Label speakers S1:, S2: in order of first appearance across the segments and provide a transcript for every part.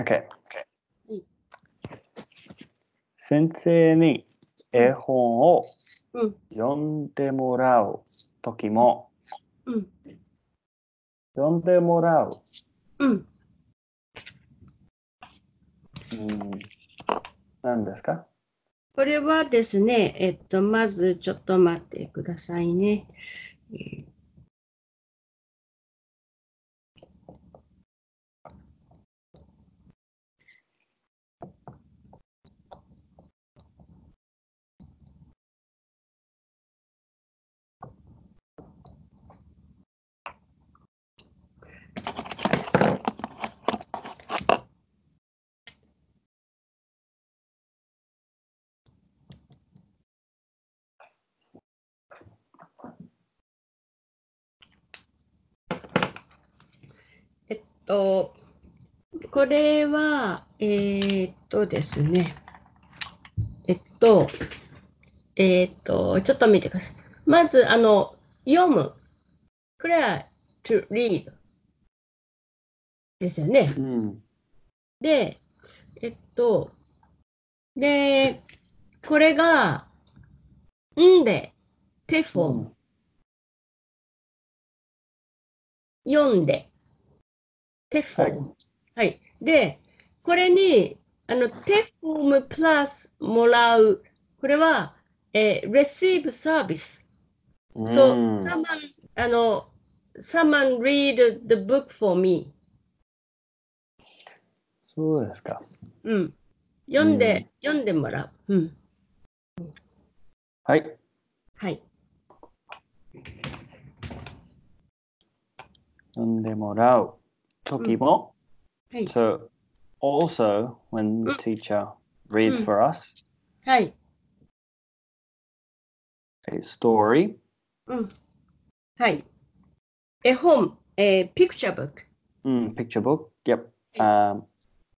S1: Okay.
S2: Okay.
S1: 先生に絵本を
S2: うん
S1: 読んでもらうときも、
S2: うん
S1: 読んでもらう、
S2: うん
S1: うん、何ですか
S2: これはですね、えっと、まずちょっと待ってくださいね。えーえっと、これは、えーっとですね、えっと、えーっと、ちょっと見てください。まず、あの、読む。これは to read ですよね。
S1: うん。
S2: で、えっと、で、これが、んで、手フォーム、読んで、手フォーム。はい。で、これに、あの、手フォームプラスもらう。これは、えー、receive service。
S1: うん。
S2: So,
S1: うん
S2: someone, あの、someone read the book for me.
S1: そうですか。
S2: うん。読んで、読んでもらう。うん。
S1: はい。
S2: はい。
S1: 読んでもらうときも、
S2: はい。
S1: so also when the teacher reads
S2: うん
S1: for us
S2: はい。
S1: a story,
S2: うん。はい。絵本、えー、ピクチャーブック。
S1: うん、picture Hmm, book, yep, um,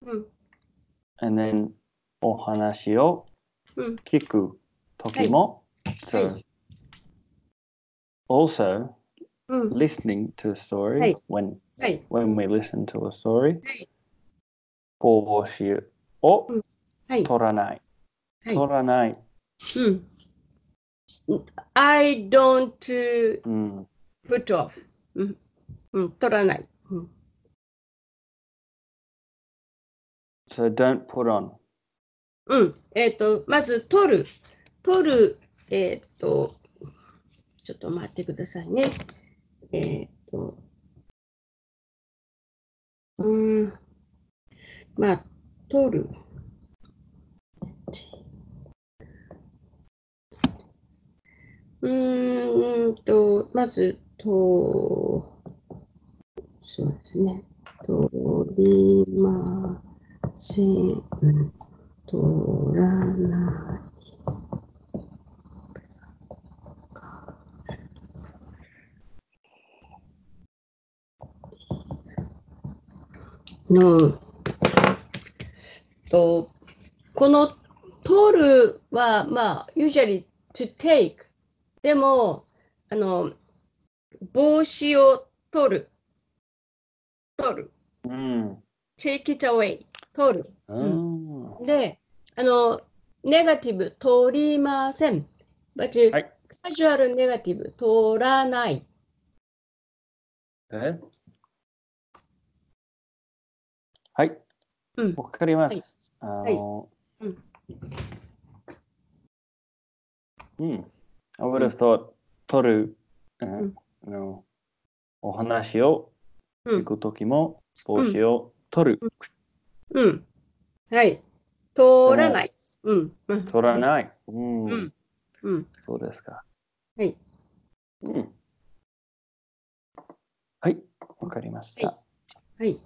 S2: うん。
S1: and then お話を
S2: うん
S1: 聞くときも、
S2: はい
S1: so also
S2: うん。
S1: listening to a story
S2: はい
S1: when
S2: はい。
S1: when we listen to a story
S2: い
S1: 応酬を
S2: うんはい。
S1: 取らない、
S2: はい
S1: 取らない、
S2: うん。I don't uh,
S1: うん、
S2: put off. うん。うん。取らない。うん。
S1: so don't put on
S2: うん。えっ、と、まず、取る。取る。えっ、と、ちょっと待ってくださいね。えっ、と、うん。まあ、取る。うーんと、まず、と、そうですね。とりません。とらない。の、と、この取るは、まあ、usually to take。でも、あの、帽子を取る。取る。
S1: うん、
S2: take it away。取る。
S1: うん、
S2: で、あの、ネガティブ取りません。But、
S1: はい
S2: カジュアルネガティブ取らない。
S1: えはい
S2: うん。
S1: わかります、
S2: い
S1: あの、
S2: はいうん
S1: うん、I would have thought 取る、うんん、あのお話を
S2: うん
S1: 聞くときも帽子を取る、
S2: うん。はい。取らない。うん。うん
S1: 取らない、うん
S2: うんうん。
S1: そうですか
S2: はい。
S1: うんはいわかりました、
S2: ははい。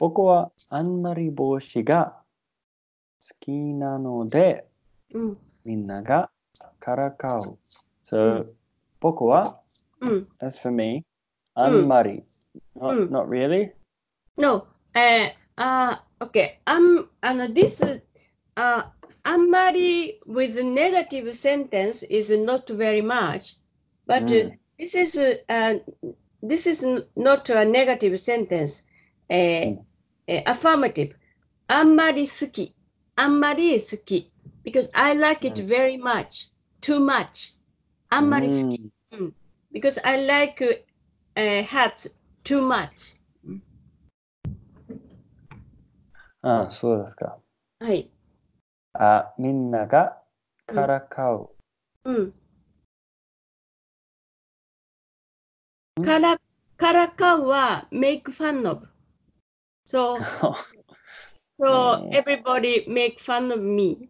S1: 僕はあんまり帽子が好きなので
S2: うん。
S1: みんながからかう。
S2: う
S1: So, 僕は、
S2: うん。
S1: as for me,
S2: ん
S1: あんまり。
S2: う
S1: Not,
S2: ん
S1: not really?
S2: No. えー、あー、OK。あん、あの、this、あ、あんまり with negative sentence is not very much. But、
S1: う
S2: eh,
S1: ん
S2: this is、uh, this is not a negative sentence. えー
S1: う
S2: えー affirmative。あんまり好き。あんまり好き。because I like it
S1: う
S2: very much. too much. あんまり好き。
S1: き。
S2: because I like、uh, hats too much.
S1: ああ、そうですか。
S2: はい。
S1: あ、みんながからかう。
S2: うん。
S1: ん
S2: から、からかうは make fun of. So, so
S1: うん
S2: everybody make fun of me.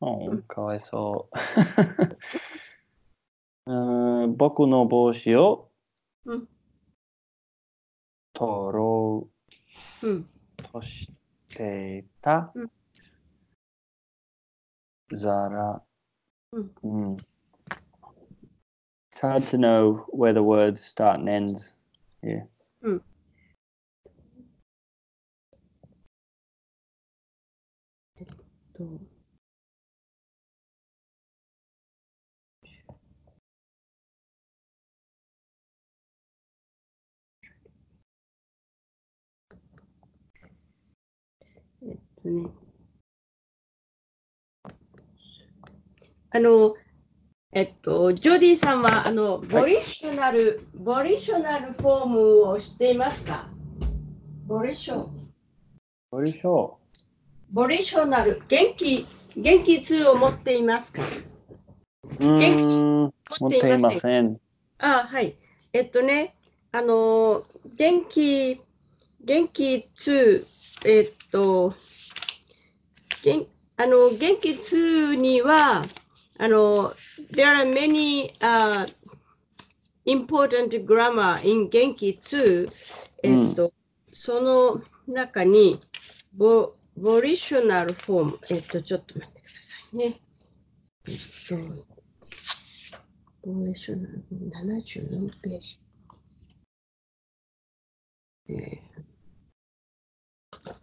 S1: うんかわいそう。 うん僕の帽子を
S2: うん
S1: 取ろ
S2: うん。
S1: うとしていた
S2: うん
S1: ザラ。
S2: うん
S1: うん。It's hard to know where the words start and ends. Yeah.
S2: とえっとね。あの、えっと、ジョディさんは、あの、ボリショナル、ボリショナルフォームを知っていますかボリショ
S1: これそ
S2: ボリショナル、元気、元気2を持っていますか
S1: う。う
S2: 元気
S1: ーん。持っていま
S2: ん。
S1: せん。
S2: あはい。えっとね、あのー、元気、元気2、えっと、元あの元気2には、あの、there are many、uh, important grammar in 元気2。えっと、その中に、ボボリショナルフォーム。えっと、ちょっと待ってくださいね。えっと、ボリショナルフォーム74ページ。えー、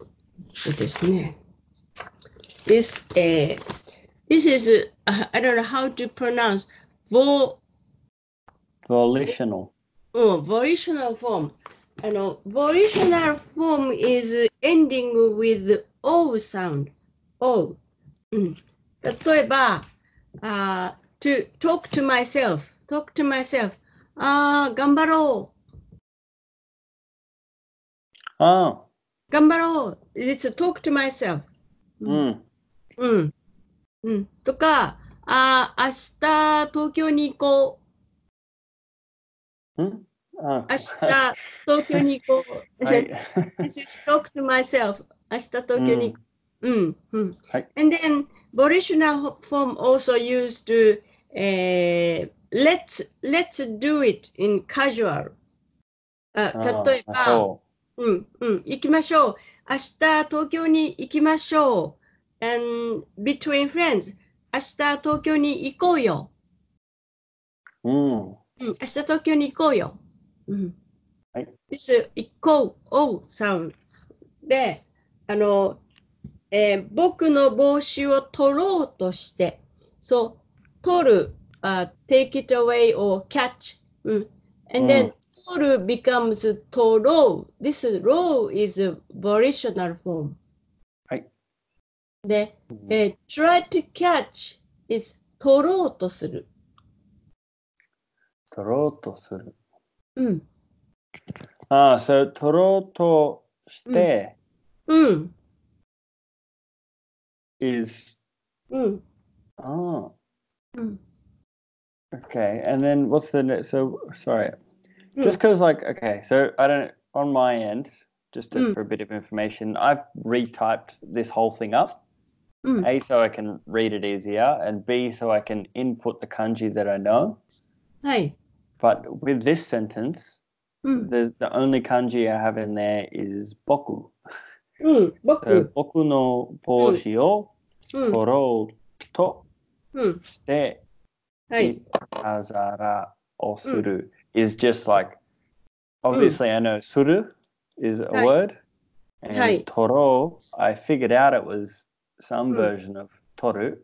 S2: そうですね。This, えー This is, uh, I don't know how to pronounce, ボ
S1: volitional.
S2: うん、volitional oh, form。あの、volitional form is ending with O sound. O。うん、例えば、あー uh, to talk to myself, talk to myself. Ah, ああ、頑張ろう、
S1: ああ。
S2: 頑張ろう。It's talk to myself.
S1: うん。
S2: うん。うん。とか、ああ、明日東京に行こう。
S1: うんあ
S2: 明日東京に行こう。
S1: はい。
S2: This is talk to myself. 明日東京に行こう。うんうん
S1: はい。
S2: And then, volitional form also used to、uh, let's, let's do it in casual. あ
S1: うん
S2: 例え
S1: あ
S2: ば、
S1: そ
S2: うんうん、行きましょう。明日東京に行きましょう。And between friends, 明日東京に行こうよ。
S1: う。うん。
S2: うん、明日東京に行こうよ。うん。
S1: はい。
S2: です、行こう、おう、さん。で、あの、えー僕の帽子を取ろうとして、そう、取る、あ、take it away or catch. うん。and
S1: う
S2: then,
S1: ん
S2: 取る becomes 取ろう。this row is a volitional form.
S1: はい。
S2: で、えー try to catch is 取ろうとする。
S1: 取ろうとする。
S2: うん。
S1: ああ、それ取ろうとして、
S2: うん。
S1: is
S2: うん。
S1: oh
S2: Mm.
S1: okay. And then what's the ne- so sorry. Just because like okay, so I don't on my end, just to,
S2: Mm.
S1: for a bit of information, I've retyped this whole thing up.
S2: Mm.
S1: A so I can read it easier, and B so I can input the kanji that I know.
S2: はい。
S1: But with this sentence,
S2: うん。
S1: there's the only kanji I have in there is boku.
S2: うん。僕。
S1: So boku no boshi o
S2: うん。
S1: toro to
S2: うん。
S1: shite
S2: はい。
S1: Azara or suru is just like obviously I know suru is a
S2: Right.
S1: word. And
S2: Right.
S1: toro, I figured out it was some
S2: Mm.
S1: version of toru,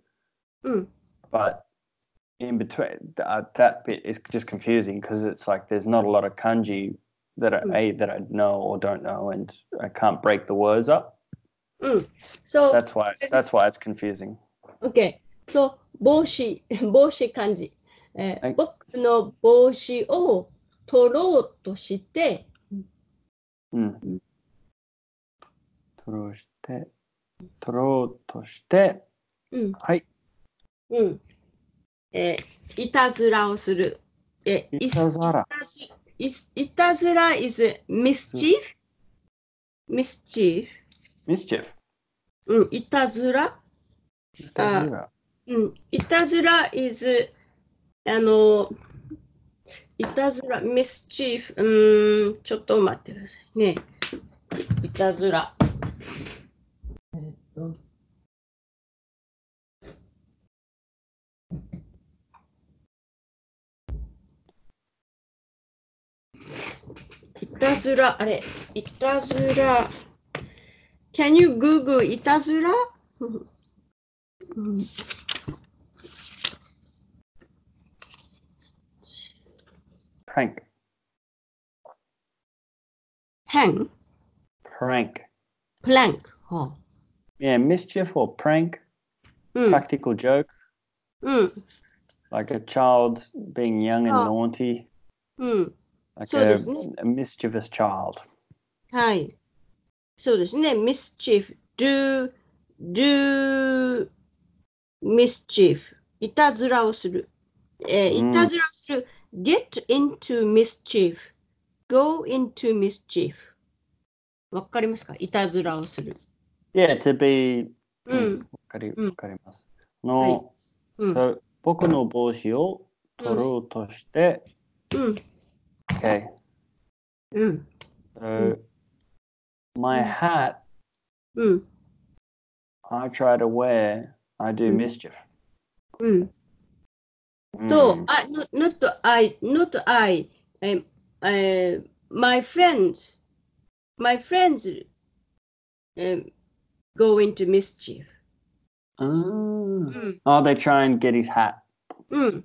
S2: うん。
S1: but in between uh, that bit is just confusing because it's like there's not a lot of kanji that I a that I know or don't know, and I can't break the words up.
S2: うん。So,
S1: That's why that's why it's confusing.
S2: okay. So, 帽子、 帽子漢字。えー
S1: はい
S2: 僕の帽子を取ろうとして、
S1: うん
S2: うん。
S1: 取ろうして、取ろうとして、
S2: うん、
S1: はい。
S2: うん。えーいたずらをする。えー
S1: いたずら。
S2: いすいたずら is mischief? mischief?
S1: mischief.
S2: うん、いたずら
S1: いたずら
S2: うん、いたずら is あのいたずら mischief うーんちょっと待ってくださいねいたずらえっといたずらあれいたずら Can you Google いたずら、 うん
S1: プランク。
S2: Hang,
S1: プランク。
S2: plank. は
S1: Yeah, mischief or prank,
S2: うん、
S1: practical joke,
S2: うん、
S1: like a child being young and
S2: Oh.
S1: naughty,
S2: うん、
S1: like
S2: So
S1: a,
S2: this is-
S1: a mischievous child.
S2: はい。そうですね、mischief, do, do, mischief. いたずらをする。え
S1: う
S2: ー、
S1: ん
S2: いたずらをする。get into mischief, go into mischief. わかりますかいたずらをする。
S1: Yeah, to be.
S2: うん、
S1: わかり-
S2: うん。
S1: わかります。の、
S2: うん、
S1: so, 僕の帽子を取ろうとして、
S2: うん、
S1: okay,
S2: うん、
S1: so, my
S2: うん
S1: hat
S2: うん、
S1: I try to wear, I do
S2: うん
S1: mischief. Mm.
S2: うん。
S1: うん
S2: と、あ、not- not I, not I, え、え、my friends, my friends, え、go into mischief.
S1: あ
S2: う
S1: ー
S2: ん、
S1: Oh, they try and get his hat.
S2: うん。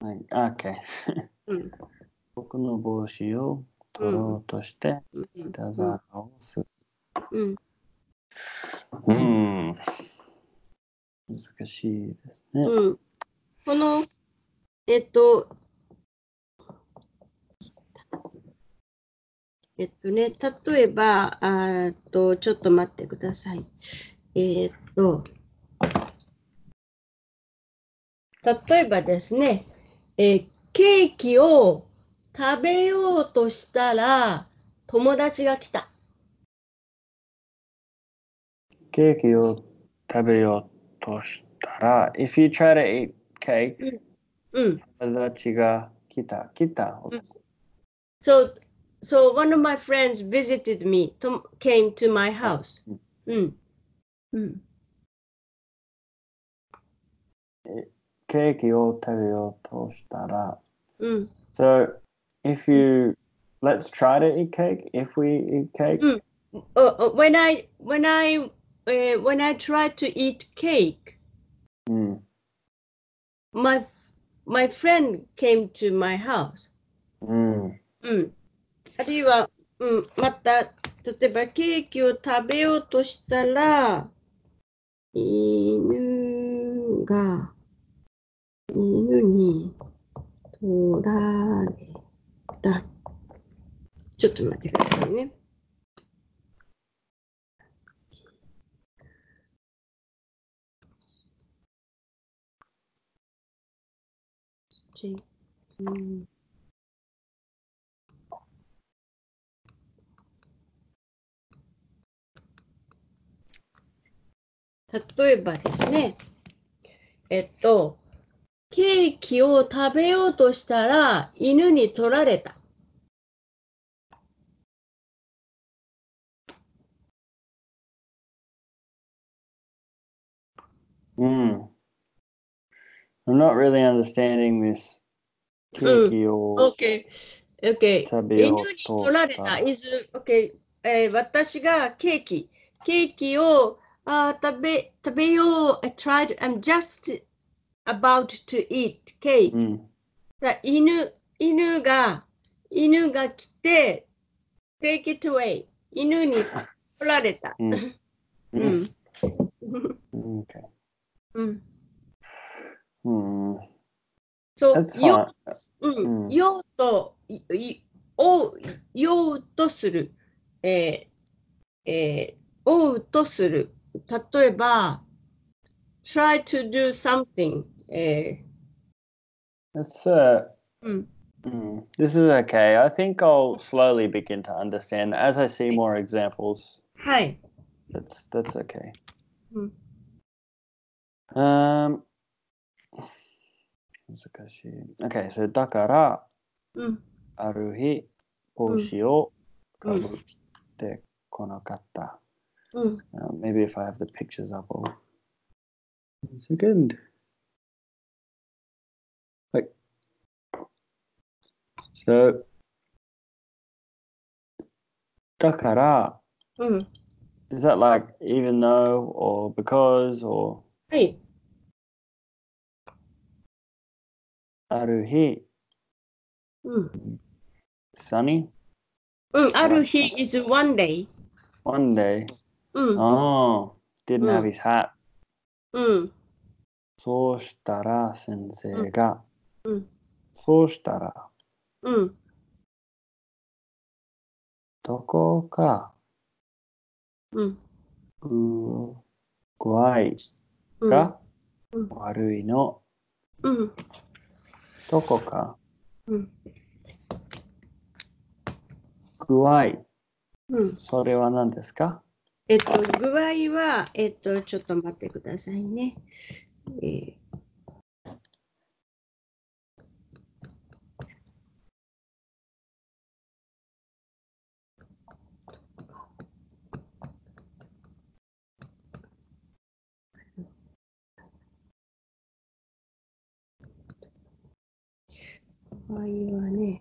S1: Like, okay. Mm.
S2: うん
S1: 僕の帽子を取ろうとして、いたずらをする。
S2: うん、
S1: うん。難しいですね。
S2: うん。この、えっと、えっとね、例えば、あーっと、ちょっと待ってください。えーっと、例えばですね、えーケーキを食べようとしたら、友達が来た。
S1: ケーキを食べようとしたら、If you try to eat cake,
S2: うん。
S1: 友達が来た、来た。
S2: ん So, so one of my friends visited me, to, came to my house. Mm. うん。うん。
S1: ケーキを食べようとしたら。
S2: うん。
S1: So, if you, let's try to eat cake, if we eat cake,
S2: うん Uh, uh, when I, when I, uh, when I tried to eat cake,
S1: うん、
S2: my, my friend came to my house.
S1: うん、
S2: うん。あるいは、うん、また、例えばケーキを食べようとしたら、犬が、犬に取られた。ちょっと待ってくださいね。ちうん例えばですね、えっと、ケーキを食べようとしたら犬に取られた。
S1: うん。I'm not really understanding this. ケーキを
S2: OK。OK。
S1: 食べ
S2: 犬
S1: よう
S2: に
S1: と
S2: 取られた。is OK。えー私がケーキ、ケーキをあー食べ食べよう。I tried, I'm just about to eat cake、
S1: うん。
S2: だ犬犬が犬が来て take it away 犬に取られた。
S1: うん。
S2: う
S1: うん
S2: ん。
S1: mm. Okay.
S2: うん。
S1: Hmm.
S2: そう、
S1: That's
S2: よ
S1: fine.
S2: う、
S1: うんん
S2: ようと、いいおう、ようとする、えーえー、おうとする。例えば、try to do something、え
S1: That's uh.
S2: ーうん、
S1: mm, This is okay. I think I'll slowly begin to understand as I see more examples.
S2: はい、
S1: That's that's okay.
S2: うん。
S1: Um. 難しい。Okay, so だから
S2: うん、
S1: ある日帽子をか
S2: うん
S1: ぶってこなかった。
S2: うん、
S1: Uh, maybe if I have the pictures up, I'll. One second. Like. So. だから
S2: うん。
S1: is that like even though or because or
S2: はい、
S1: ある日
S2: うん。
S1: sunny
S2: うん、ある日 is one day。
S1: one day
S2: うん、
S1: oh didn't have his hat
S2: うん、
S1: そうしたら先生が
S2: うん、
S1: そうしたら
S2: うん。
S1: どこか
S2: うん、
S1: 具合
S2: うん、
S1: が
S2: うん
S1: 悪いの
S2: うん、
S1: どこか
S2: うん、
S1: 具合
S2: うん。
S1: それは何ですか
S2: えっと、具合は、えっと、ちょっと待ってくださいね。えー具合はね、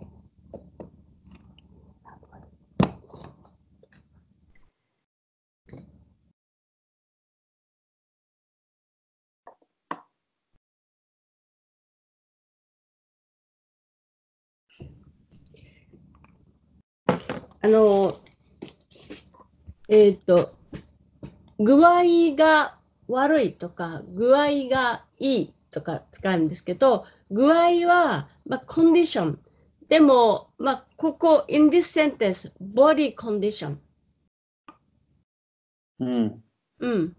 S2: あの、えっ、と、具合が悪いとか、具合がいいとか使うんですけど、具合は、まあ、コンディション。でも、まあ、ここ、in this sentence, body condition。
S1: うん。
S2: うん。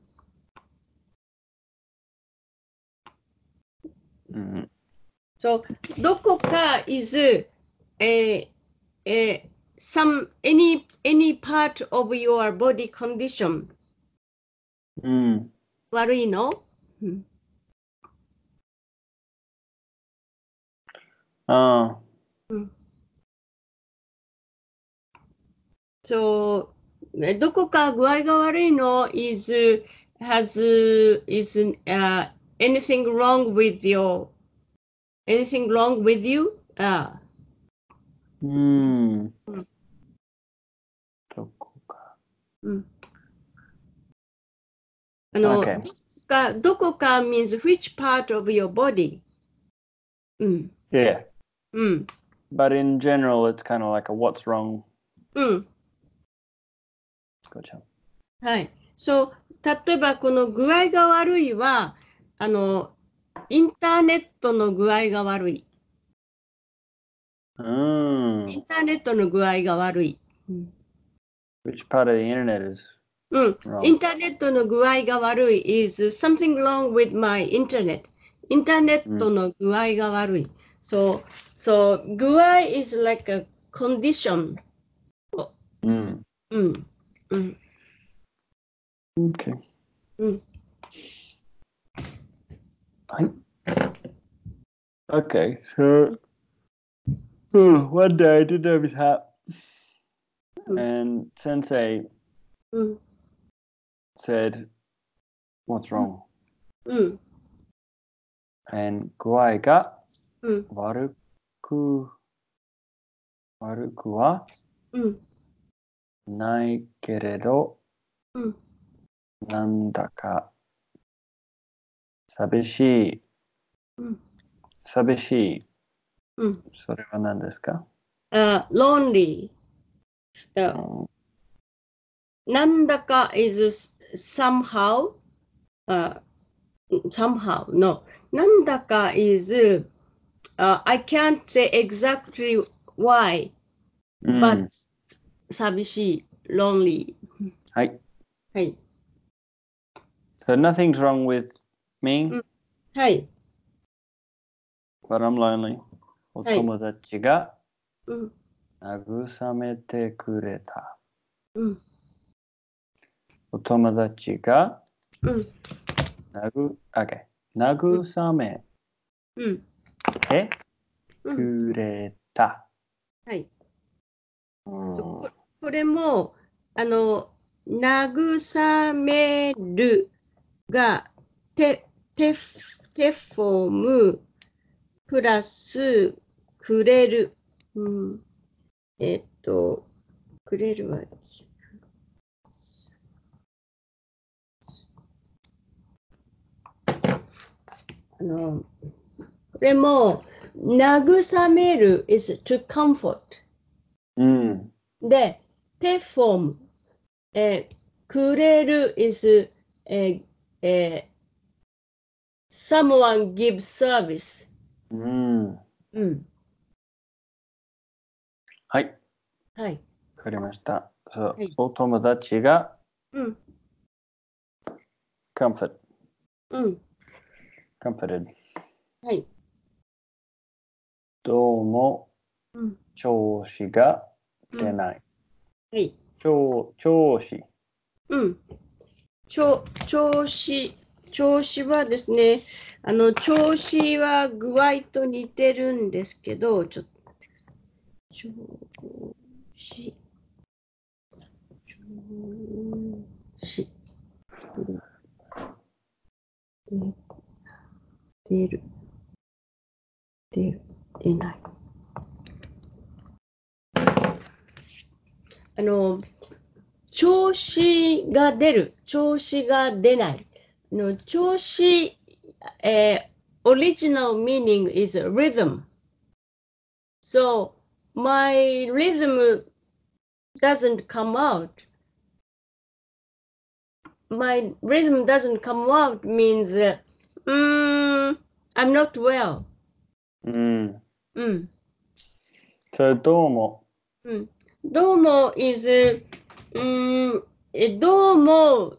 S1: うん。
S2: そう、どこか is、えーえー some, any, any part of your body condition
S1: うん。
S2: 悪いの、うん、
S1: あ
S2: そう、ねどこか具合が悪いの is, has, is、uh, anything wrong with your, anything wrong with you? あ
S1: ーうん。
S2: うん
S1: どこか。
S2: うん。あの、
S1: Okay.
S2: がどこか means which part of your body? うん、
S1: Yeah.
S2: うん、
S1: But in general, it's kind of like a what's wrong.
S2: うん。
S1: Gotcha.
S2: はい。そう、例えばこの具合が悪いは、あの、インターネットの具合が悪い。イン
S1: Mm.
S2: ターネットの具合が悪い。うん、
S1: Which part of the internet is
S2: うんイン
S1: wrong?
S2: ターネットの具合が悪い is something wrong with my internet. インターネットの具合が悪い。そう、そう、具合 is like a condition. Hmm.
S1: Mm.
S2: うん、うん、
S1: Okay.
S2: うん、
S1: Okay. So, Ooh, one day I didn't have his hat.
S2: Mm.
S1: And Sensei
S2: うん、
S1: said, What's wrong?
S2: うん、
S1: And 具合が
S2: うん、
S1: 悪く悪くは
S2: うん、
S1: ないけれど
S2: うん、
S1: なんだか寂しい
S2: うん
S1: 寂しい。
S2: うん。
S1: それは何ですか、
S2: あ、lonely. Uh,
S1: う
S2: The-
S1: ん
S2: なんだか is somehow, あ somehow, no. なんだか is, あ I can't say exactly why,
S1: うん
S2: but、寂しい、lonely.
S1: はい。
S2: はい。
S1: So nothing's wrong with me,
S2: うんはい。
S1: but I'm lonely. お
S2: はい
S1: 友達が
S2: うん。
S1: 慰めてくれた。
S2: うん。
S1: お友達が
S2: うん。
S1: なぐ、OK。慰め
S2: うん。
S1: て
S2: う
S1: く
S2: ん。
S1: れた。
S2: はい。
S1: うん
S2: ここれも、あの、慰めるが、て、て、てフォーム、プラス、くれる。うん。えっと、くれるは、あの、これも、慰める is to comfort.
S1: うん。
S2: で、ペフォーム、えーくれる is、えーえー someone give service。
S1: うん。
S2: うん。
S1: はい。
S2: はい。
S1: わかりました。そう
S2: はい
S1: お友達が
S2: うん。
S1: comfort,
S2: うん。
S1: comforted.
S2: はい。
S1: どうも
S2: うん。
S1: 調子が出
S2: は
S1: ない。
S2: い。
S1: 調調子。
S2: うん。ちょ調子、調子はですね、あの、調子は具合と似てるんですけど、ちょっと、調子、調子、で、出る、出る、出ない。あの、調子が出る、調子が出ない。の調子、えー、original meaning is rhythm. So, my rhythm doesn't come out. My rhythm doesn't come out means, uh, mm, I'm not well. Mm.
S1: うん。
S2: うん。
S1: それどうも。
S2: うんどうも is うーんえどうも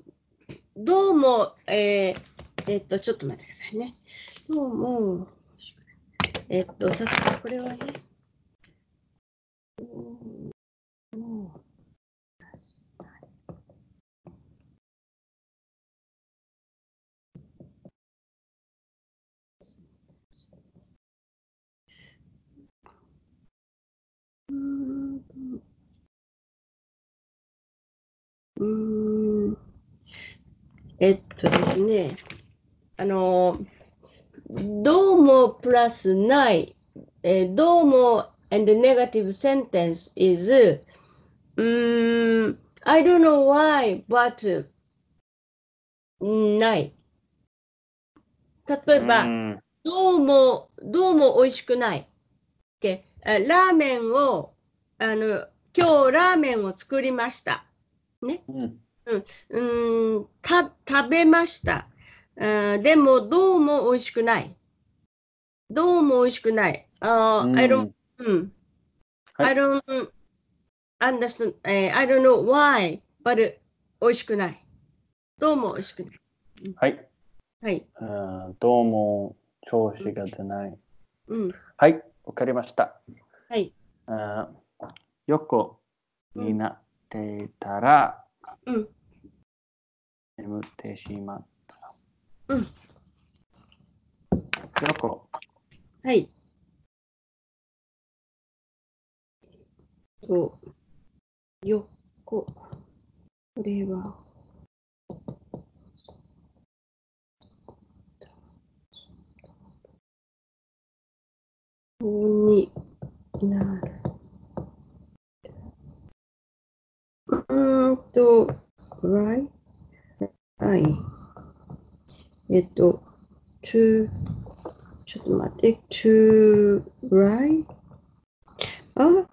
S2: どうもえーえっとちょっと待ってくださいねどうもえっとだからこれはねどうもうーんうーんえっとですね、あの、どうもプラスない、えーどうも and negative sentence is、うーん、I don't know why, but ない。例えば、
S1: うん
S2: どうも、どうも美味しくない。で、あラーメンを、あの、今日ラーメンを作りました。
S1: うん
S2: うーん、た、食べました。うんでも、どうも美味しくない。どうも美味しくない。あ
S1: うん
S2: ー、I don't, うん。
S1: はい
S2: I don't understand, えー I don't know why, but 美味しくない。どうも美味しくない。
S1: はい。
S2: はい。
S1: うんどうも調子が出ない。
S2: うん。
S1: はい。わかりました。
S2: はい。
S1: あー横になっていたら
S2: うん。
S1: 眠ってしまった。
S2: うん。
S1: 横。
S2: はい。と、よ、こ、これは。こうになる。うーんと、right? はい。えっと、to ちょっと待って、to right? あ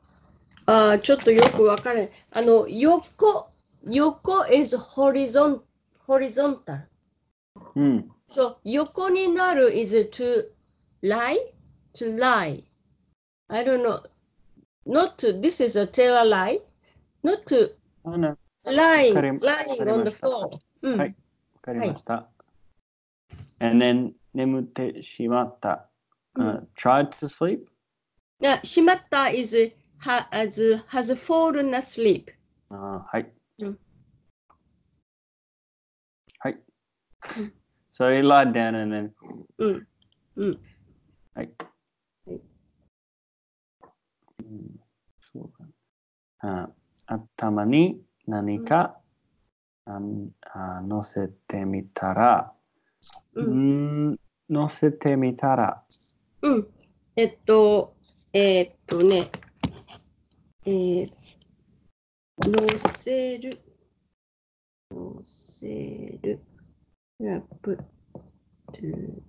S2: あー、ちょっとよくわからない。あの、横、横 is horizon, horizontal.
S1: うん。
S2: そう、横になる is to lie, to lie. I don't know. Not to, this is a terror lie. Not to
S1: あのわ
S2: lying,
S1: かり
S2: lying on the
S1: わ
S2: floor. うん
S1: はいかりました。And then 眠ってしまった。
S2: うん
S1: Uh, tried to sleep?
S2: がしまった is has, has fallen asleep.
S1: あーはい。
S2: うん
S1: はい
S2: うん。
S1: So he lied down and then
S2: うん。うん。
S1: はい。
S2: はい
S1: うんそうかあ頭に何か、あんあ乗せてみたら、
S2: う
S1: うんん、乗せてみたら、
S2: うん。えっと、えっとね、えー、乗せる、乗せる、ラップ、トゥ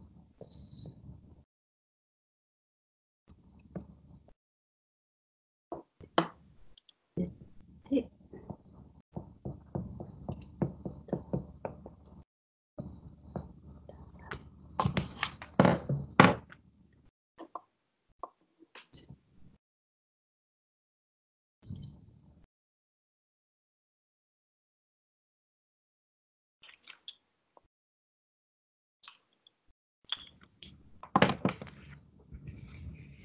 S2: で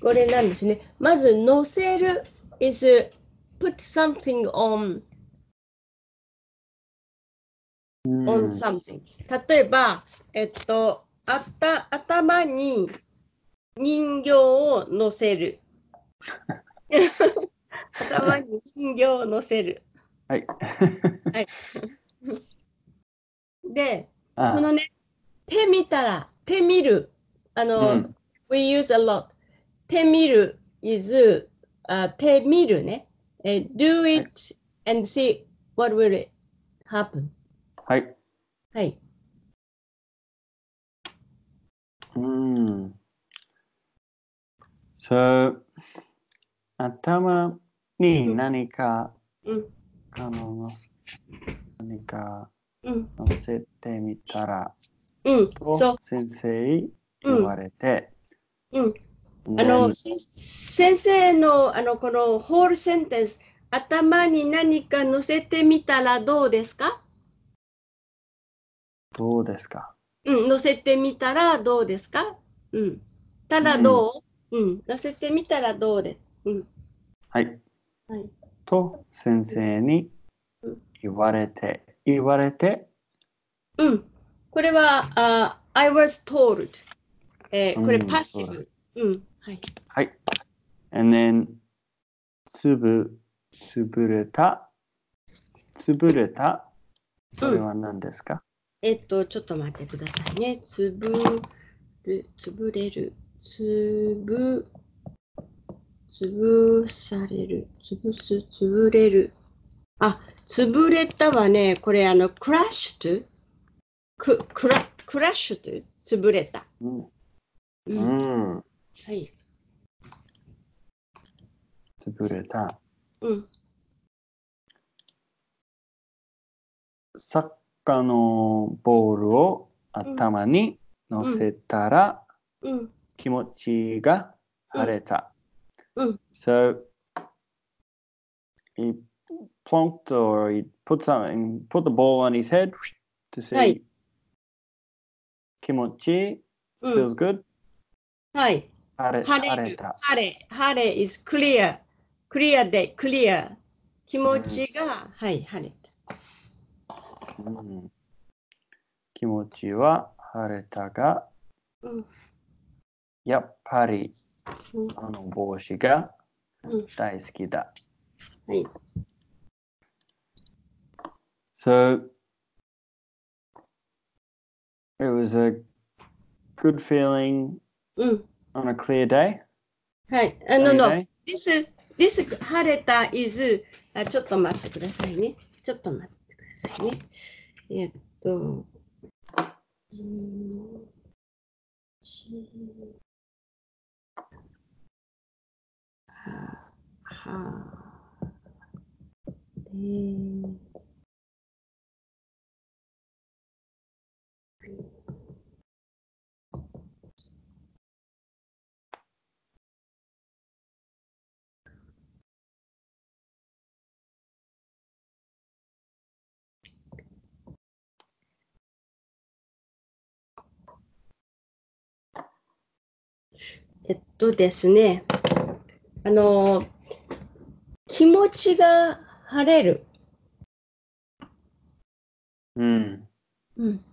S2: これなんですね。まず、乗せる is put something on,
S1: うん、
S2: on something. 例えば、えっと、あた頭に人形を乗 せる。頭に人形を乗せる。
S1: はい。
S2: で、
S1: あ
S2: このね、手見たら、手見る。あの、
S1: うん
S2: we use a lot. 手見る is あ手見るね。えー do it and see what will it happen.
S1: はい。
S2: はい。
S1: うん。So、頭に何か、
S2: うん。
S1: あの何か
S2: うん。
S1: 乗せてみたら、
S2: うん。そ
S1: と先生に言われて、
S2: う。うん。
S1: うん
S2: あの、先先生の、あの、このホールセンテンス、頭に何か乗せてみたらどうですか
S1: どうですか
S2: うん、乗せてみたらどうですかうん。たらどう、うん、乗せてみたらどうでうん。
S1: はい。
S2: はい。
S1: と先生に言われて、言われて、
S2: うん。これは、あ I was told。えーこれ
S1: うん
S2: パッ
S1: そ
S2: シ
S1: うだ
S2: ブ。うん。はい。
S1: はい。And then つぶ、つぶれた、つぶれた、これは何ですか、
S2: えっと、ちょっと待ってくださいね。つぶる、つぶれる、つぶ、つぶされる、つぶす、つぶれる。あ、つぶれたはね、これあの、クラッシュと、く、クラ、クラッシュと、つぶれた。
S1: うん、
S2: う
S1: う
S2: ん
S1: ん、
S2: はい。
S1: つぶれた。
S2: うん。
S1: サッカーのボールを頭に乗せたら、
S2: うん。
S1: 気持ちが晴れた。
S2: うんうん。
S1: So he plonked or he put something, put the ball on his head to say
S2: はい
S1: kimochi
S2: う
S1: feels
S2: ん。
S1: good.
S2: はい。
S1: 晴れ
S2: 晴
S1: 晴
S2: れ
S1: れ
S2: る
S1: た。
S2: 晴れ、晴れ is clear. clear day, clear. 気持ちが、はい、晴れた。
S1: うん、気持ちは晴れたが、
S2: うん。
S1: やっぱり
S2: うん
S1: あの帽子が
S2: うん
S1: 大好きだ。
S2: はい。
S1: So it was a good feeling
S2: うん。
S1: on a clear day.
S2: はい。あの、
S1: clear
S2: no.
S1: day.
S2: This, this 晴れた is あ、ちょっと待ってくださいね。ちょっと待ってくださいね。えっと、うんあ。えー、えっとですね。あのー、気持ちが晴れる。
S1: うん。
S2: うん。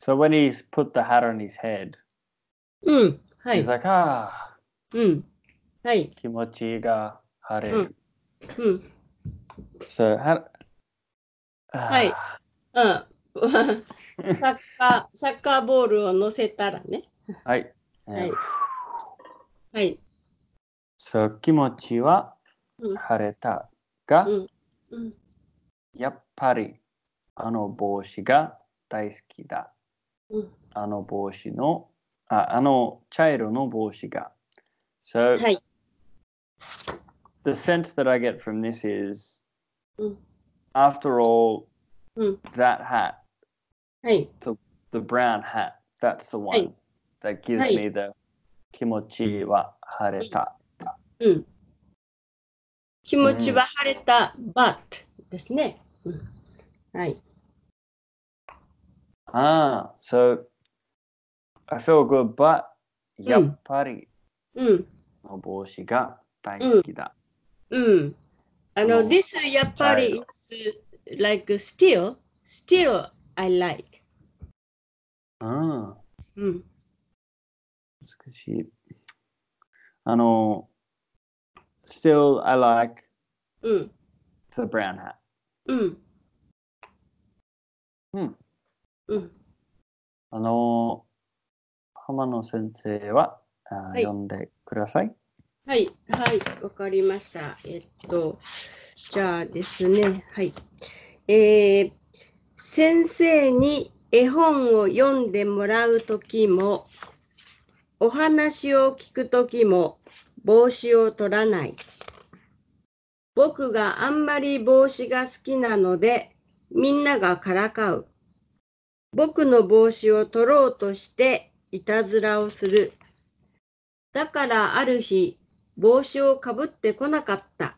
S1: Somebody's put the hat on his head.
S2: うん。は
S1: He's
S2: い。
S1: like, ah,
S2: うん。はい。
S1: kimochi ga hare.
S2: うん。うん。
S1: So, how... Ah,
S2: はい。うん。サッカー、サッカーボールを乗せたらね。
S1: はい。
S2: はい。はい。
S1: So, kimochi wa
S2: うん。
S1: hareta ga
S2: うん。うん。
S1: やっぱりあの帽子が大好きだ。
S2: うん
S1: あの帽子のあ、あの茶色の帽子が。So,
S2: はい。
S1: the sense that I get from this is
S2: うん。
S1: after all,
S2: うん。
S1: that hat,
S2: はい。
S1: the brown hat, that's the one
S2: はい
S1: that gives
S2: はい
S1: me the 気持ちは晴れた。
S2: うん。気持ちは晴れた、but ですね。うん。はい。
S1: ああ、so Ah, I feel good, but やっぱり
S2: うん。
S1: あの帽子が大好きだ。
S2: うん。あの、
S1: うん
S2: this やっぱり、is like still, still I like.
S1: うん、
S2: う
S1: 難
S2: ん。
S1: しい。あの、still I like
S2: うん。
S1: the brown hat.
S2: うん。
S1: うん。
S2: うん。
S1: あの、浜野先生は、あ
S2: はい
S1: 読んでください。
S2: はい、はい、わかりました。えっと、じゃあですね、はい。えー先生に絵本を読んでもらうときも、お話を聞くときも、帽子を取らない。僕があんまり帽子が好きなので、みんながからかう。僕の帽子を取ろうとして、いたずらをする。だからある日、帽子をかぶってこなかった。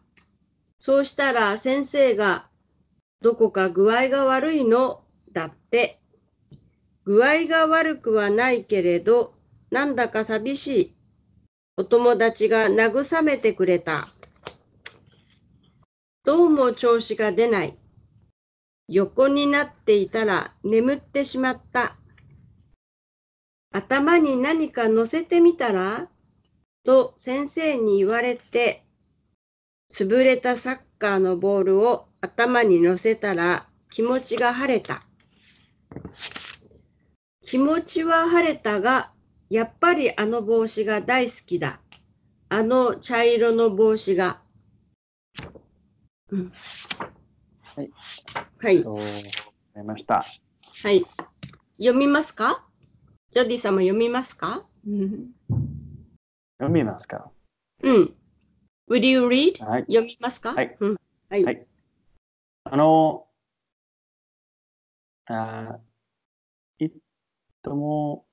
S2: そうしたら先生が、どこか具合が悪いのだって。具合が悪くはないけれど、なんだか寂しい。お友達が慰めてくれた。どうも調子が出ない。横になっていたら眠ってしまった。頭に何か乗せてみたらと先生に言われて、潰れたサッカーのボールを頭に乗せたら気持ちが晴れた。気持ちは晴れたが、やっぱりあの帽子が大好きだ。あの茶色の帽子が。うん
S1: はい。
S2: はい。
S1: そう、わかりました。
S2: はい。読みますかジョディ様読みますかうん。
S1: 読みますか
S2: うん。Will you read?
S1: はい。
S2: 読みますか
S1: はい。
S2: うん。はい。
S1: はいあの、あいっとも、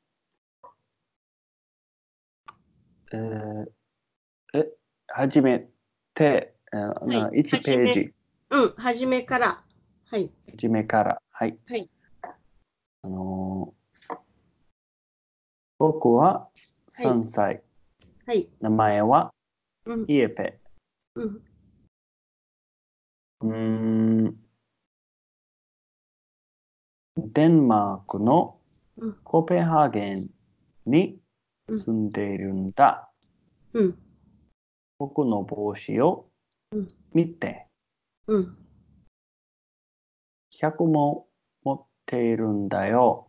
S1: えーえ、初めて、あの
S2: は
S1: 1ペー
S2: 初
S1: ジ。
S2: うん。初めから。はい。
S1: 初めから。はい。
S2: はい
S1: あのー僕は3歳、
S2: はい。
S1: 名前は
S2: うん。
S1: イエペ。
S2: うん。
S1: うーん。デンマークの
S2: うん
S1: コペンハーゲンに住んでいるんだ。
S2: うん。
S1: 僕の帽子を
S2: うん
S1: 見て、
S2: うん。
S1: 100も持っているんだよ。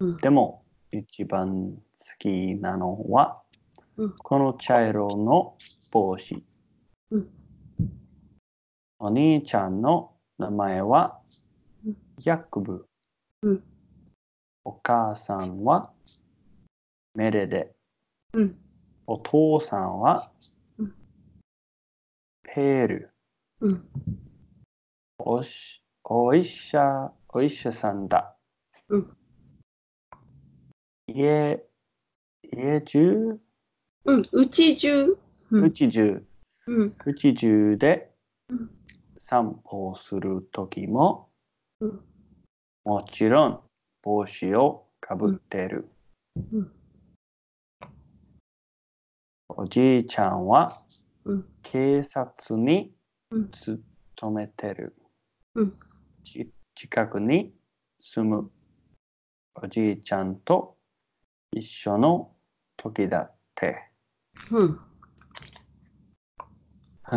S2: うん
S1: でも一番好きなのは、
S2: うん
S1: この茶色の帽子。
S2: うん
S1: お兄ちゃんの名前は
S2: うん
S1: ヤクブ。
S2: うん
S1: お母さんはメレデ。
S2: うん。
S1: お父さんは
S2: うん、
S1: ペール、
S2: うん、
S1: おし、お医者、お医者さんだ。
S2: うん
S1: 家、家中、
S2: うん、うち中、うん
S1: うち中、
S2: うん、
S1: うち中で
S2: うん
S1: 散歩をするときも、
S2: うん
S1: もちろん帽子をかぶってる。
S2: うん
S1: おじいちゃんは
S2: うん、
S1: 警察に
S2: うん
S1: 勤めてる。
S2: うん
S1: ち近くに住むおじいちゃんと一緒の時だって。
S2: うん、
S1: うー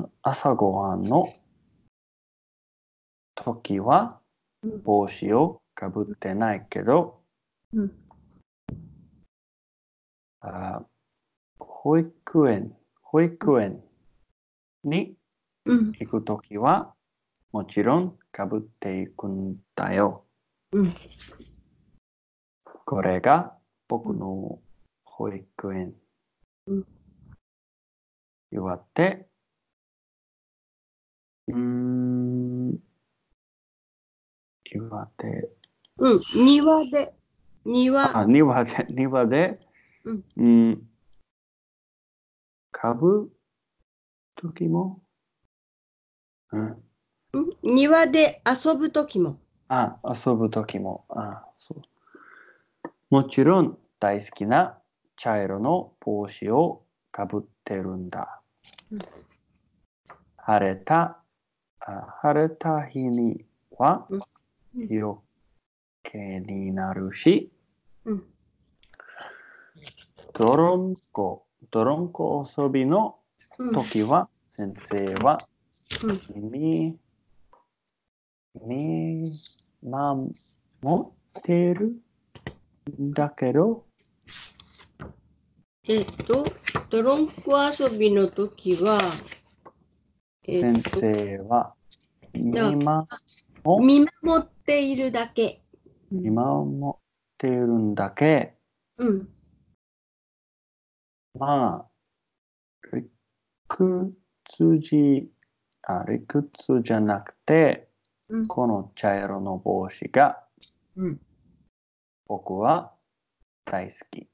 S1: ん朝ごはんの時は
S2: うん
S1: 帽子をかぶってないけど、
S2: うん、
S1: あー保育園保育園に
S2: うん、
S1: 行く時はもちろんかぶっていくんだよ。
S2: うん
S1: これが僕の保育園。
S2: うん
S1: 言わって、うーん、岩手、
S2: うん、庭で、庭、
S1: あ、庭で、 庭で、
S2: うん、
S1: うん、かぶ時も、うん、
S2: うん庭で遊ぶ時も、
S1: あ、遊ぶ時も、あ、そう。もちろん大好きな茶色の帽子をかぶってるんだ
S2: うん。
S1: 晴れた、あ晴れた日には
S2: うんうん
S1: 余計になるし、
S2: うん、
S1: 泥んこ、泥んこ遊びの
S2: うん、
S1: 時は、先生は
S2: うん、
S1: 見、見、ま、持ってるんだけど、
S2: えっと、泥んこ遊びの時は、えっ
S1: 先
S2: と、
S1: 生は見
S2: ゃあ
S1: ま、も、
S2: 見守っているだけ。
S1: 見守ってるんだけ、
S2: うん、
S1: まあ、理屈じ、あ、理屈じゃなくて、
S2: うん、
S1: この茶色の帽子が
S2: うん、
S1: 僕は大好き。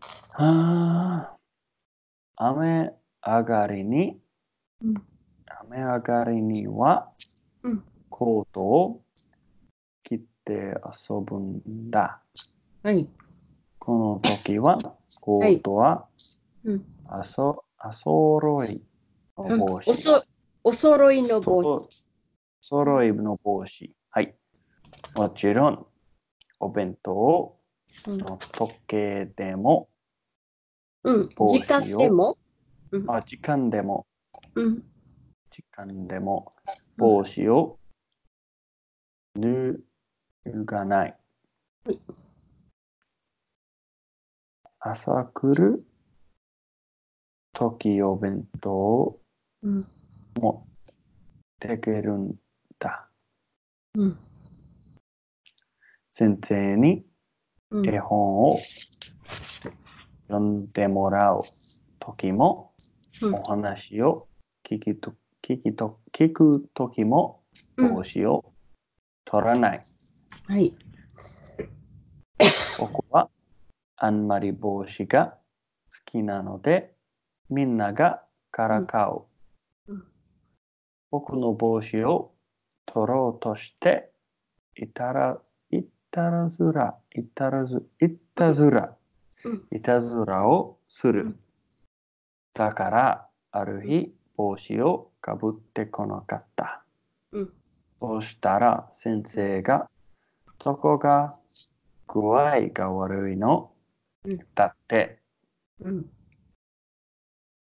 S1: ああ、雨上がりに、
S2: うん
S1: 雨上がりには、
S2: うん
S1: コートを着て遊ぶんだ。
S2: はい、
S1: この時は、コートは、
S2: うん、
S1: あそ、あそろいの
S2: うん
S1: 帽子。
S2: おそ、お揃いの帽
S1: そ
S2: 子。
S1: う揃いの帽子。はい。もちろん、お弁当
S2: うん
S1: の時計でも、
S2: うん、
S1: 帽子を
S2: 時間でも、
S1: あ、時間でも、
S2: うん、
S1: 時間でも、帽子を脱がない
S2: はい。
S1: 朝来る時お弁当を
S2: うん、
S1: 持ってけるんだ。
S2: うん、
S1: 先生に
S2: うん、
S1: 絵本を読んでもらう時も、
S2: うん
S1: お話を聞きと聞きと聞く時も
S2: うん
S1: 帽子を取らない、
S2: はい、
S1: 僕はあんまり帽子が好きなのでみんながからかう、
S2: うんうん
S1: 僕の帽子を取ろうとしていたらいたらずらいたらずいたずら、
S2: うん、
S1: いたずらをす
S2: う
S1: る
S2: ん。
S1: だから、ある日、帽子をかぶってこなかった。
S2: うん、
S1: そうしたら、先生が、どこが具合が悪いの
S2: うん
S1: だって、
S2: うん、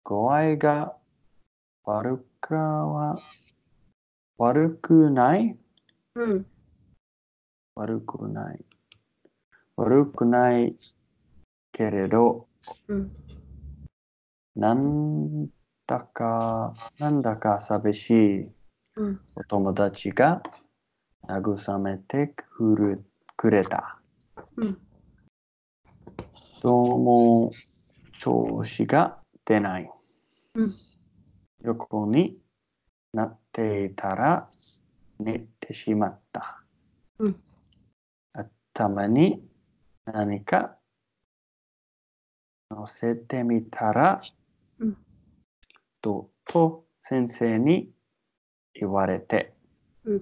S1: 具合が悪くは、悪くない
S2: うん、
S1: 悪くない。悪くないけれど、
S2: うん、
S1: なんだか、なんだか寂しい
S2: うん、
S1: お友達が慰めてくれくれた。
S2: うん、
S1: もう調子が出ない。
S2: うん
S1: 横になっていたら寝てしまった。
S2: うん
S1: 頭に何か乗せてみたら、
S2: うん
S1: とと先生に言われて、
S2: うん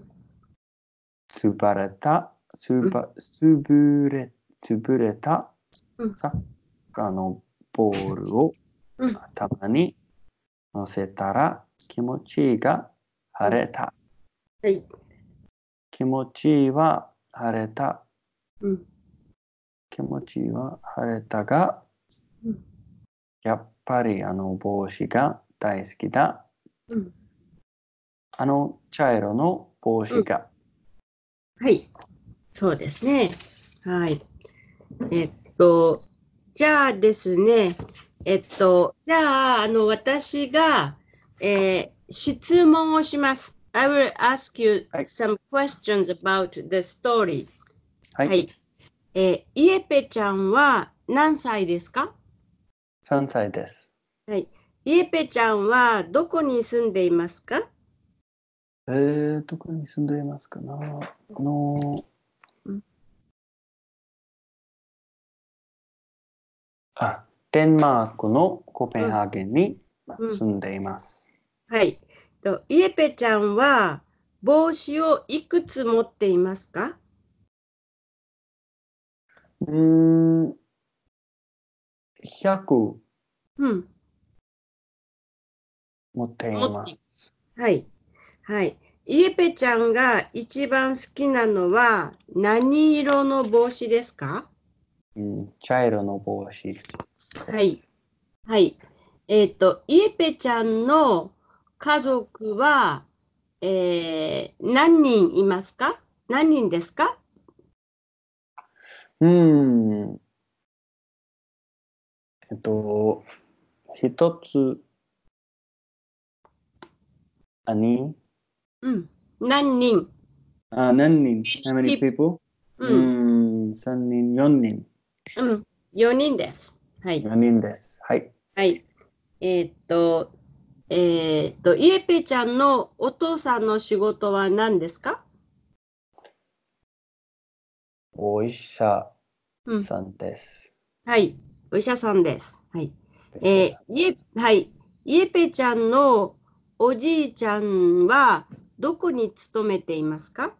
S1: つばれた、つば、つぶれ、つぶれた
S2: うん
S1: サッカーのボールを
S2: うん
S1: 頭に乗せたら気持ちが晴れた。
S2: はい。
S1: 気持ちは晴れた。
S2: うん。
S1: 気持ちは晴れたが、
S2: うん
S1: やっぱりあの帽子が大好きだ。
S2: うん。
S1: あの茶色の帽子が。
S2: はい。そうですね。はい。えっと、じゃあですね。えっと、じゃあ、あの、私が、えー質問をします。I will ask you
S1: はい
S2: some questions about the story.
S1: はい。
S2: えーイエペちゃんは何歳ですか
S1: 3歳です。
S2: はい。イエペちゃんはどこに住んでいますか
S1: えー、どこに住んでいますかなあの
S2: うん
S1: あ、デンマークのコペンハーゲンに
S2: うん
S1: 住んでいます。
S2: はい。とイエペちゃんは帽子をいくつ持っていますか
S1: うーん、100
S2: うん。
S1: 持っています。
S2: はい。はい。イエペちゃんが一番好きなのは何色の帽子ですか
S1: うん、茶色の帽子。
S2: はい。はい。えっ、と、イエペちゃんの家族は、えー何人いますか何人ですか
S1: うん。えっと、一つ、兄
S2: うん。何人
S1: あ、何人 ?How many people?
S2: うん。
S1: うーん、3人、4人、
S2: うん、4人です。はい。
S1: 4人です。はい。
S2: はい。えーっと、えーっと、イエペちゃんのお父さんの仕事は何ですか
S1: お医者
S2: うん。
S1: さんです。
S2: はい。お医者さんです。はい。えー、イエ、はい。イエペちゃんのおじいちゃんはどこに勤めていますか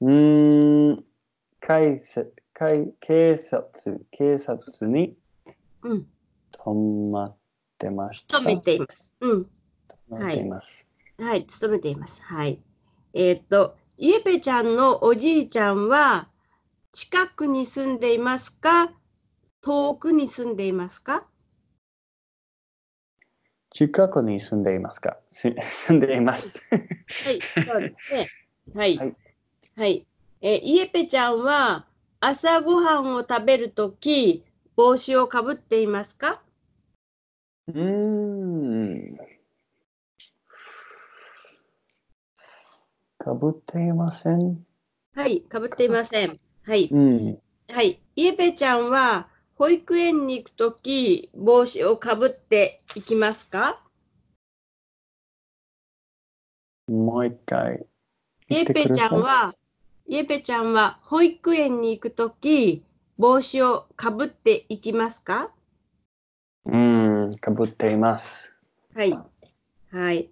S1: うーん、警察、警察、警察に
S2: うん。
S1: 泊まってました。
S2: 勤めています。うん。
S1: 泊まっています。
S2: はい、勤めています。はい。えーっと、イエペちゃんのおじいちゃんは、近くに住んでいますか遠くに住んでいますか
S1: 近くに住んでいますかす 住んでいます。
S2: はい、そうですね。はい。
S1: はい
S2: はい。えーイエペちゃんは、朝ごはんを食べるとき、帽子をかぶっていますか
S1: うーん。かぶっていません。
S2: はい、かぶっていません。はい。
S1: うん。
S2: はい。イエペちゃんは、保育園に行くとき、帽子をかぶっていきますか
S1: もう一回。
S2: イエペちゃんは、イエペちゃんは保育園に行くとき、帽子をかぶっていきますか
S1: うん、かぶっています。
S2: はい。はい。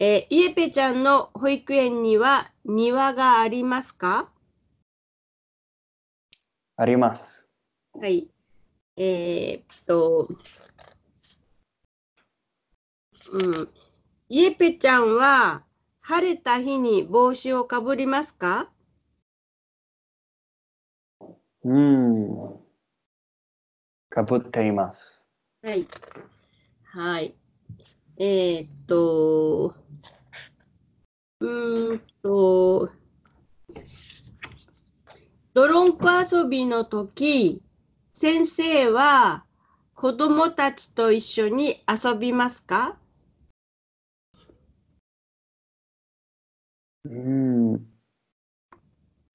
S2: えーイエペちゃんの保育園には庭がありますか
S1: あります。
S2: はい。えーっと、うん。イエペちゃんは晴れた日に帽子をかぶりますか
S1: うん。かぶっています。
S2: はい。はい。えーっと、うーんと、泥んこ遊びの時、先生は子供たちと一緒に遊びますか
S1: うん。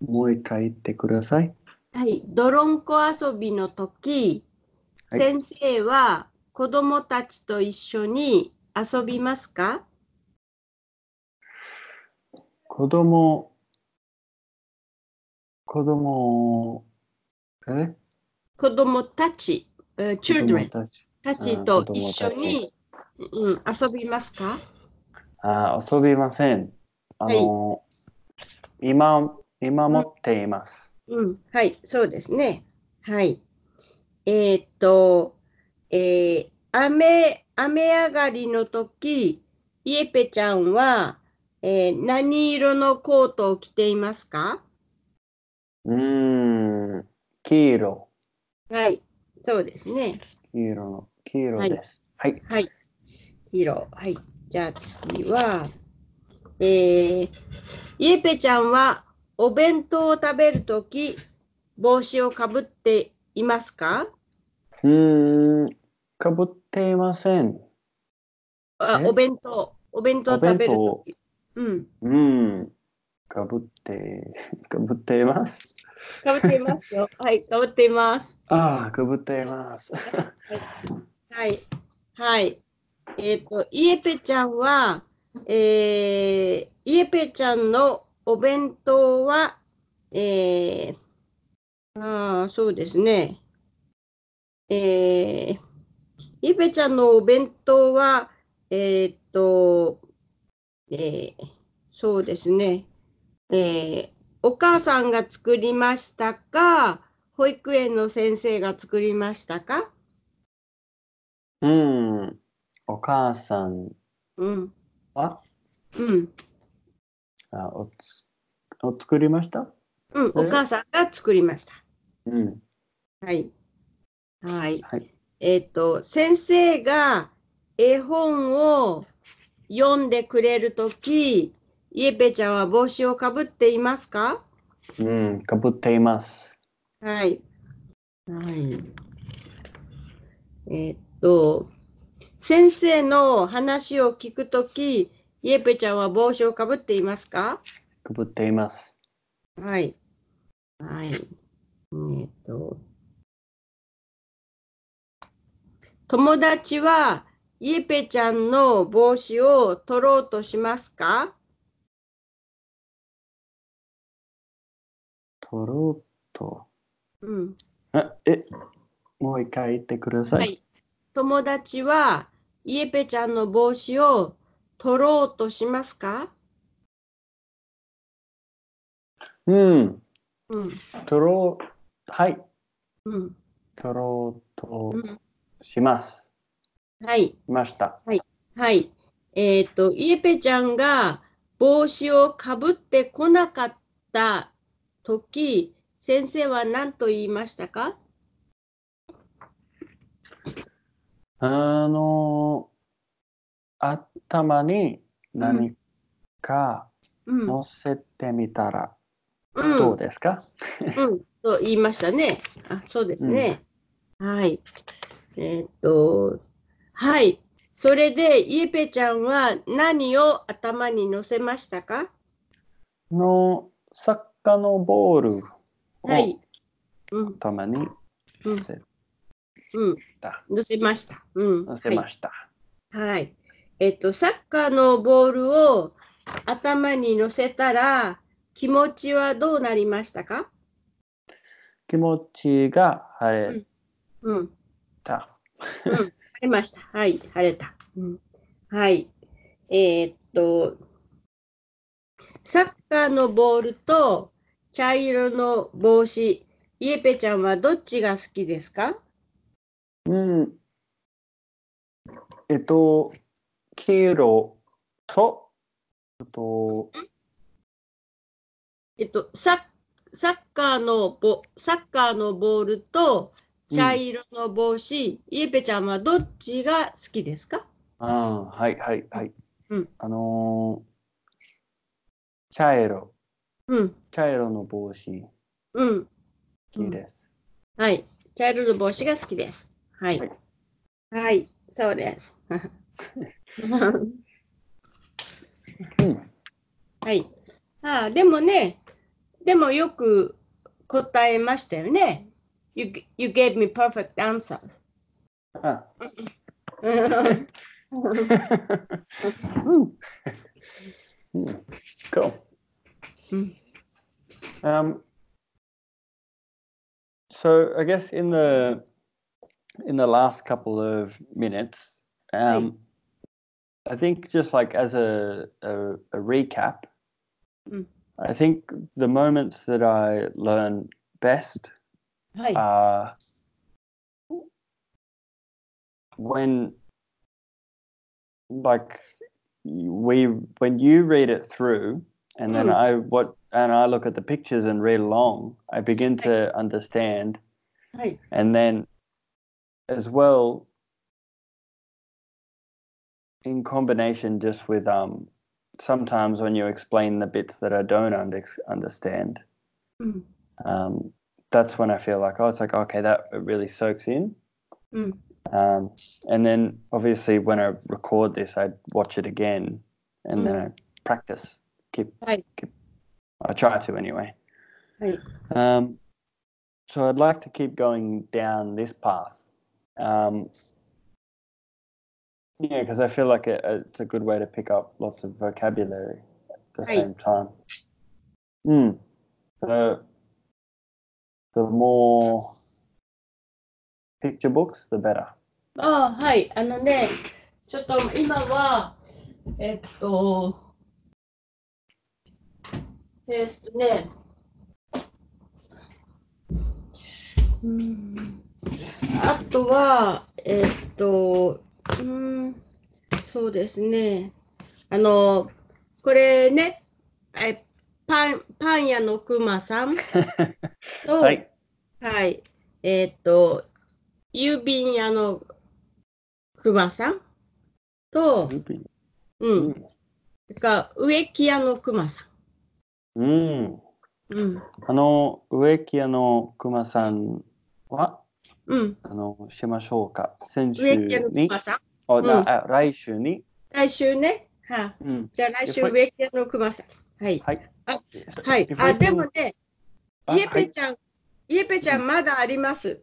S1: もう一回言ってください。
S2: はい、泥んこ遊びの時、
S1: はい
S2: 先生は子供たちと一緒に遊びますか
S1: 子供、子供、え
S2: 子供たち、えー children
S1: 子供たち。
S2: たち
S1: う
S2: と
S1: ん子供たち
S2: 一緒に、うん、遊びますか
S1: あー遊びません。あの、今、今持っています。
S2: うん、はい、そうですね。はい。えーっと、えー雨、雨上がりの時、イエペちゃんは、えー何色のコートを着ていますか
S1: うーん、黄色、
S2: はい、そうですね。
S1: 黄色の、黄色です。はい。
S2: はい。黄色。はい。じゃあ次は、えー、イエペちゃんはお弁当を食べるとき、帽子をかぶっていますか
S1: うーん、かぶっていません。
S2: あ
S1: え
S2: お弁当。お弁当を食べるとき。うん。
S1: うん、かぶって、 かぶっています。
S2: かぶっていますよ。はい。かぶっています。
S1: ああ、かぶっています。
S2: はい。はい。えっ、と、イエペちゃんは、えー、イエペちゃんのお弁当は、えー、あーそうですね。えー、イエペちゃんのお弁当は、えーっと、えー、そうですね。えー、お母さんが作りましたか、保育園の先生が作りましたか
S1: うん、お母さん
S2: うん。
S1: は、
S2: うん。
S1: あおつお作りました
S2: うん、
S1: え
S2: お母さんが作りました。
S1: うん、
S2: はい。はい。
S1: はい。
S2: えっ、と、先生が絵本を読んでくれるとき、イエペちゃんは帽子をかぶっていますか
S1: うん、かぶっています。
S2: はい。はい。えっ、と、先生の話を聞くとき、イエペちゃんは帽子をかぶっていますか
S1: かぶっています。
S2: はい。はい。えーっと。友達は、イエペちゃんの帽子を取ろうとしますか
S1: とろっと。
S2: うん。
S1: あえ、もう一回言ってください。
S2: はい友達は、イエペちゃんの帽子を取ろうとしますか
S1: うん、
S2: うん。
S1: とろ、はい、
S2: うん。
S1: とろうと
S2: うん
S1: します。
S2: はい。
S1: しました。
S2: はい。えっ、と、イエペちゃんが帽子をかぶってこなかったとき、先生は何と言いましたか
S1: あのー、頭に何か
S2: うん。うん
S1: 乗せてみたらどうですか、
S2: うん、と言いましたね。あ、そうですね。はい。えーっと、はい。それで、イエペちゃんは何を頭に乗せましたか
S1: のサッカーのボールを
S2: はい。うん、
S1: 頭に
S2: うん
S1: 乗、せ
S2: うん。
S1: た、
S2: 乗せました。うん。
S1: 乗せました。
S2: はい。はい。えーっと、サッカーのボールを頭に乗せたら、気持ちはどうなりましたか
S1: 気持ちが晴れ
S2: うん。
S1: た。
S2: うん、晴れました。はい、晴れた。うん、はい。えーっと、サッカーのボールと茶色の帽子、イエペちゃんはどっちが好きですか
S1: うん。えっと、黄色と、えっと、
S2: えっと、サッサッカーのボサッカーのボールと茶色の帽子、イエペちゃんはどっちが好きですか
S1: あーはいはいはい。
S2: うん
S1: あのー茶色、
S2: うん、
S1: 茶色の帽子、好
S2: うん。
S1: きです。
S2: はい。茶色の帽子が好きです。はい。
S1: は
S2: はいい。そうです。
S1: うん。
S2: はい。ああ、でもね、でもよく答えましたよね。You, you gave me perfect answer.
S1: あ
S2: うん
S1: うん。うん。Cool.
S2: うん
S1: Um, so I guess in the in the last couple of minutes, um, I think just like as a a, a recap,
S2: Mm.
S1: I think the moments that I learn best
S2: はい。
S1: are when like we when you read it through and then
S2: Mm.
S1: i what and i look at the pictures and read along i begin to understand
S2: はい。
S1: and then as well in combination just with um sometimes when you explain the bits that i don't under, understand
S2: うん。
S1: um that's when i feel like oh it's like okay that really soaks in
S2: うん。
S1: um, and then obviously when I record this, I watch it again and then I practice. Keep,
S2: Mm. Right.
S1: keep I try to anyway.
S2: Right.
S1: Um, so I'd like to keep going down this path. Um, yeah, because I feel like it, it's a good way to pick up lots of vocabulary at the
S2: Right.
S1: same time. Mm. So the more picture books, the better.
S2: ああ、はい。あのね、ちょっと今は、えっと、えっとね、うん、あとは、えっと、うん、そうですね。あの、これね、えパンパン屋のくまさん と、
S1: はい。
S2: はい。えーっと、郵便屋の熊さんと、う
S1: うん
S2: ん。それから植木屋の熊さ
S1: うん。
S2: ん。うん。
S1: あの、植木屋の熊さんは、
S2: うん。
S1: あの、しましょうか。先週
S2: 植木屋の
S1: に、
S2: 熊さん。
S1: あな
S2: うん
S1: あ来週に、
S2: 来週ね。はい、
S1: うん。
S2: じゃあ来週
S1: やっぱり
S2: 植木屋の熊さん。はい。
S1: はい。
S2: あはい。
S1: If
S2: あ、
S1: I can-
S2: でもね、
S1: あ
S2: イエペちゃん、イエペちゃ
S1: うん
S2: まだあります。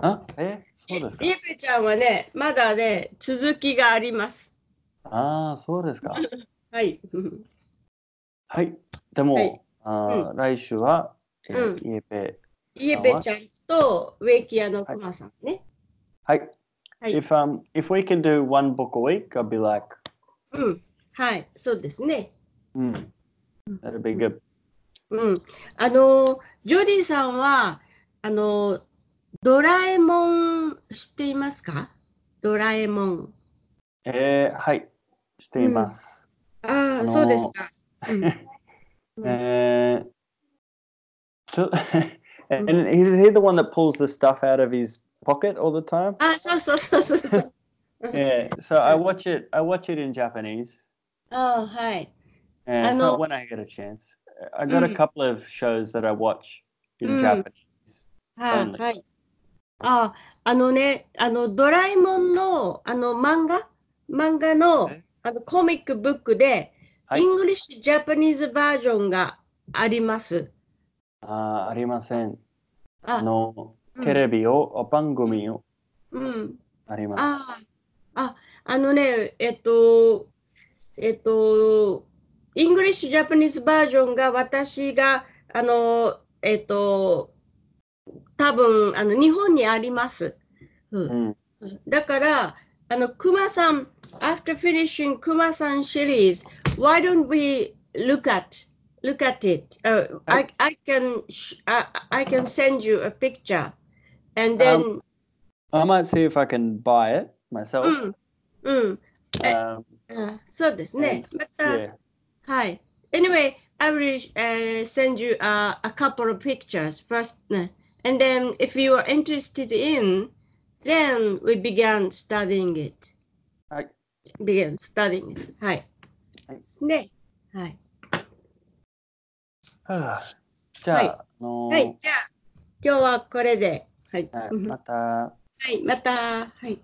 S1: あ、え、そうですか
S2: イ。エペちゃんはね、まだね、続きがあります。
S1: ああ、そうですか。
S2: はい。うん
S1: はい。でも、
S2: はい
S1: あー来週は、えーイエペ。
S2: イエペちゃんと植木屋の熊さんね。
S1: はい。
S2: はい
S1: If, um, if we can do one book a week, I'd be like,
S2: うん。はい。そうですね。
S1: うん。That'd be good.
S2: うん、あのジョディさんはあのドラえもん知っていますかドラえもん
S1: えー、はい。しています。
S2: ああ、
S1: あのー
S2: そうですか、うんうん Mm.
S1: Uh, so- and is he the one that pulls the stuff out of his pocket all the time?
S2: あそうそうそうそう
S1: Yeah. So I watch it. I watch it in Japanese.
S2: あはい
S1: And it's
S2: I know.
S1: not when I get a chance. I got a
S2: Mm.
S1: couple of shows that I watch in
S2: Mm.
S1: Japanese.
S2: はい
S1: うん
S2: はいああのねあのドラえもんのあの漫画漫画の
S1: え
S2: あのコミックブックで、
S1: はい
S2: イングリッシュ・ジャパニーズバージョンがあります
S1: あありません。
S2: あ
S1: あの、
S2: うん
S1: テレビを、あ番組を
S2: うん
S1: あります。
S2: ああ、あ、あのね、えっと、えっと、イングリッシュ・ジャパニーズバージョンが私が、あの、えっと、多分、あの、日本にあります。う
S1: うんん。
S2: だから、あの、クマさん、after finishing クマさんシリーズ、why don't we look at, look at it?、Uh,
S1: は
S2: I, I can, sh- I, I can send you a picture and then,
S1: I might see if I can buy it
S2: う
S1: myself.
S2: ん、うん。
S1: Um,
S2: あそうですね。また、
S1: yeah.
S2: はい。Anyway, I will、uh, send you、uh, a couple of pictures first.、ね And then, if you are interested in, then we began studying it.
S1: はい。
S2: Began studying it. はい。
S1: はい
S2: ね。はい。
S1: はあ じゃあ、
S2: はい
S1: あのー
S2: はい。じゃあ、今日はこれで。はい。
S1: はい
S2: うん
S1: また。
S2: はい。また。はい。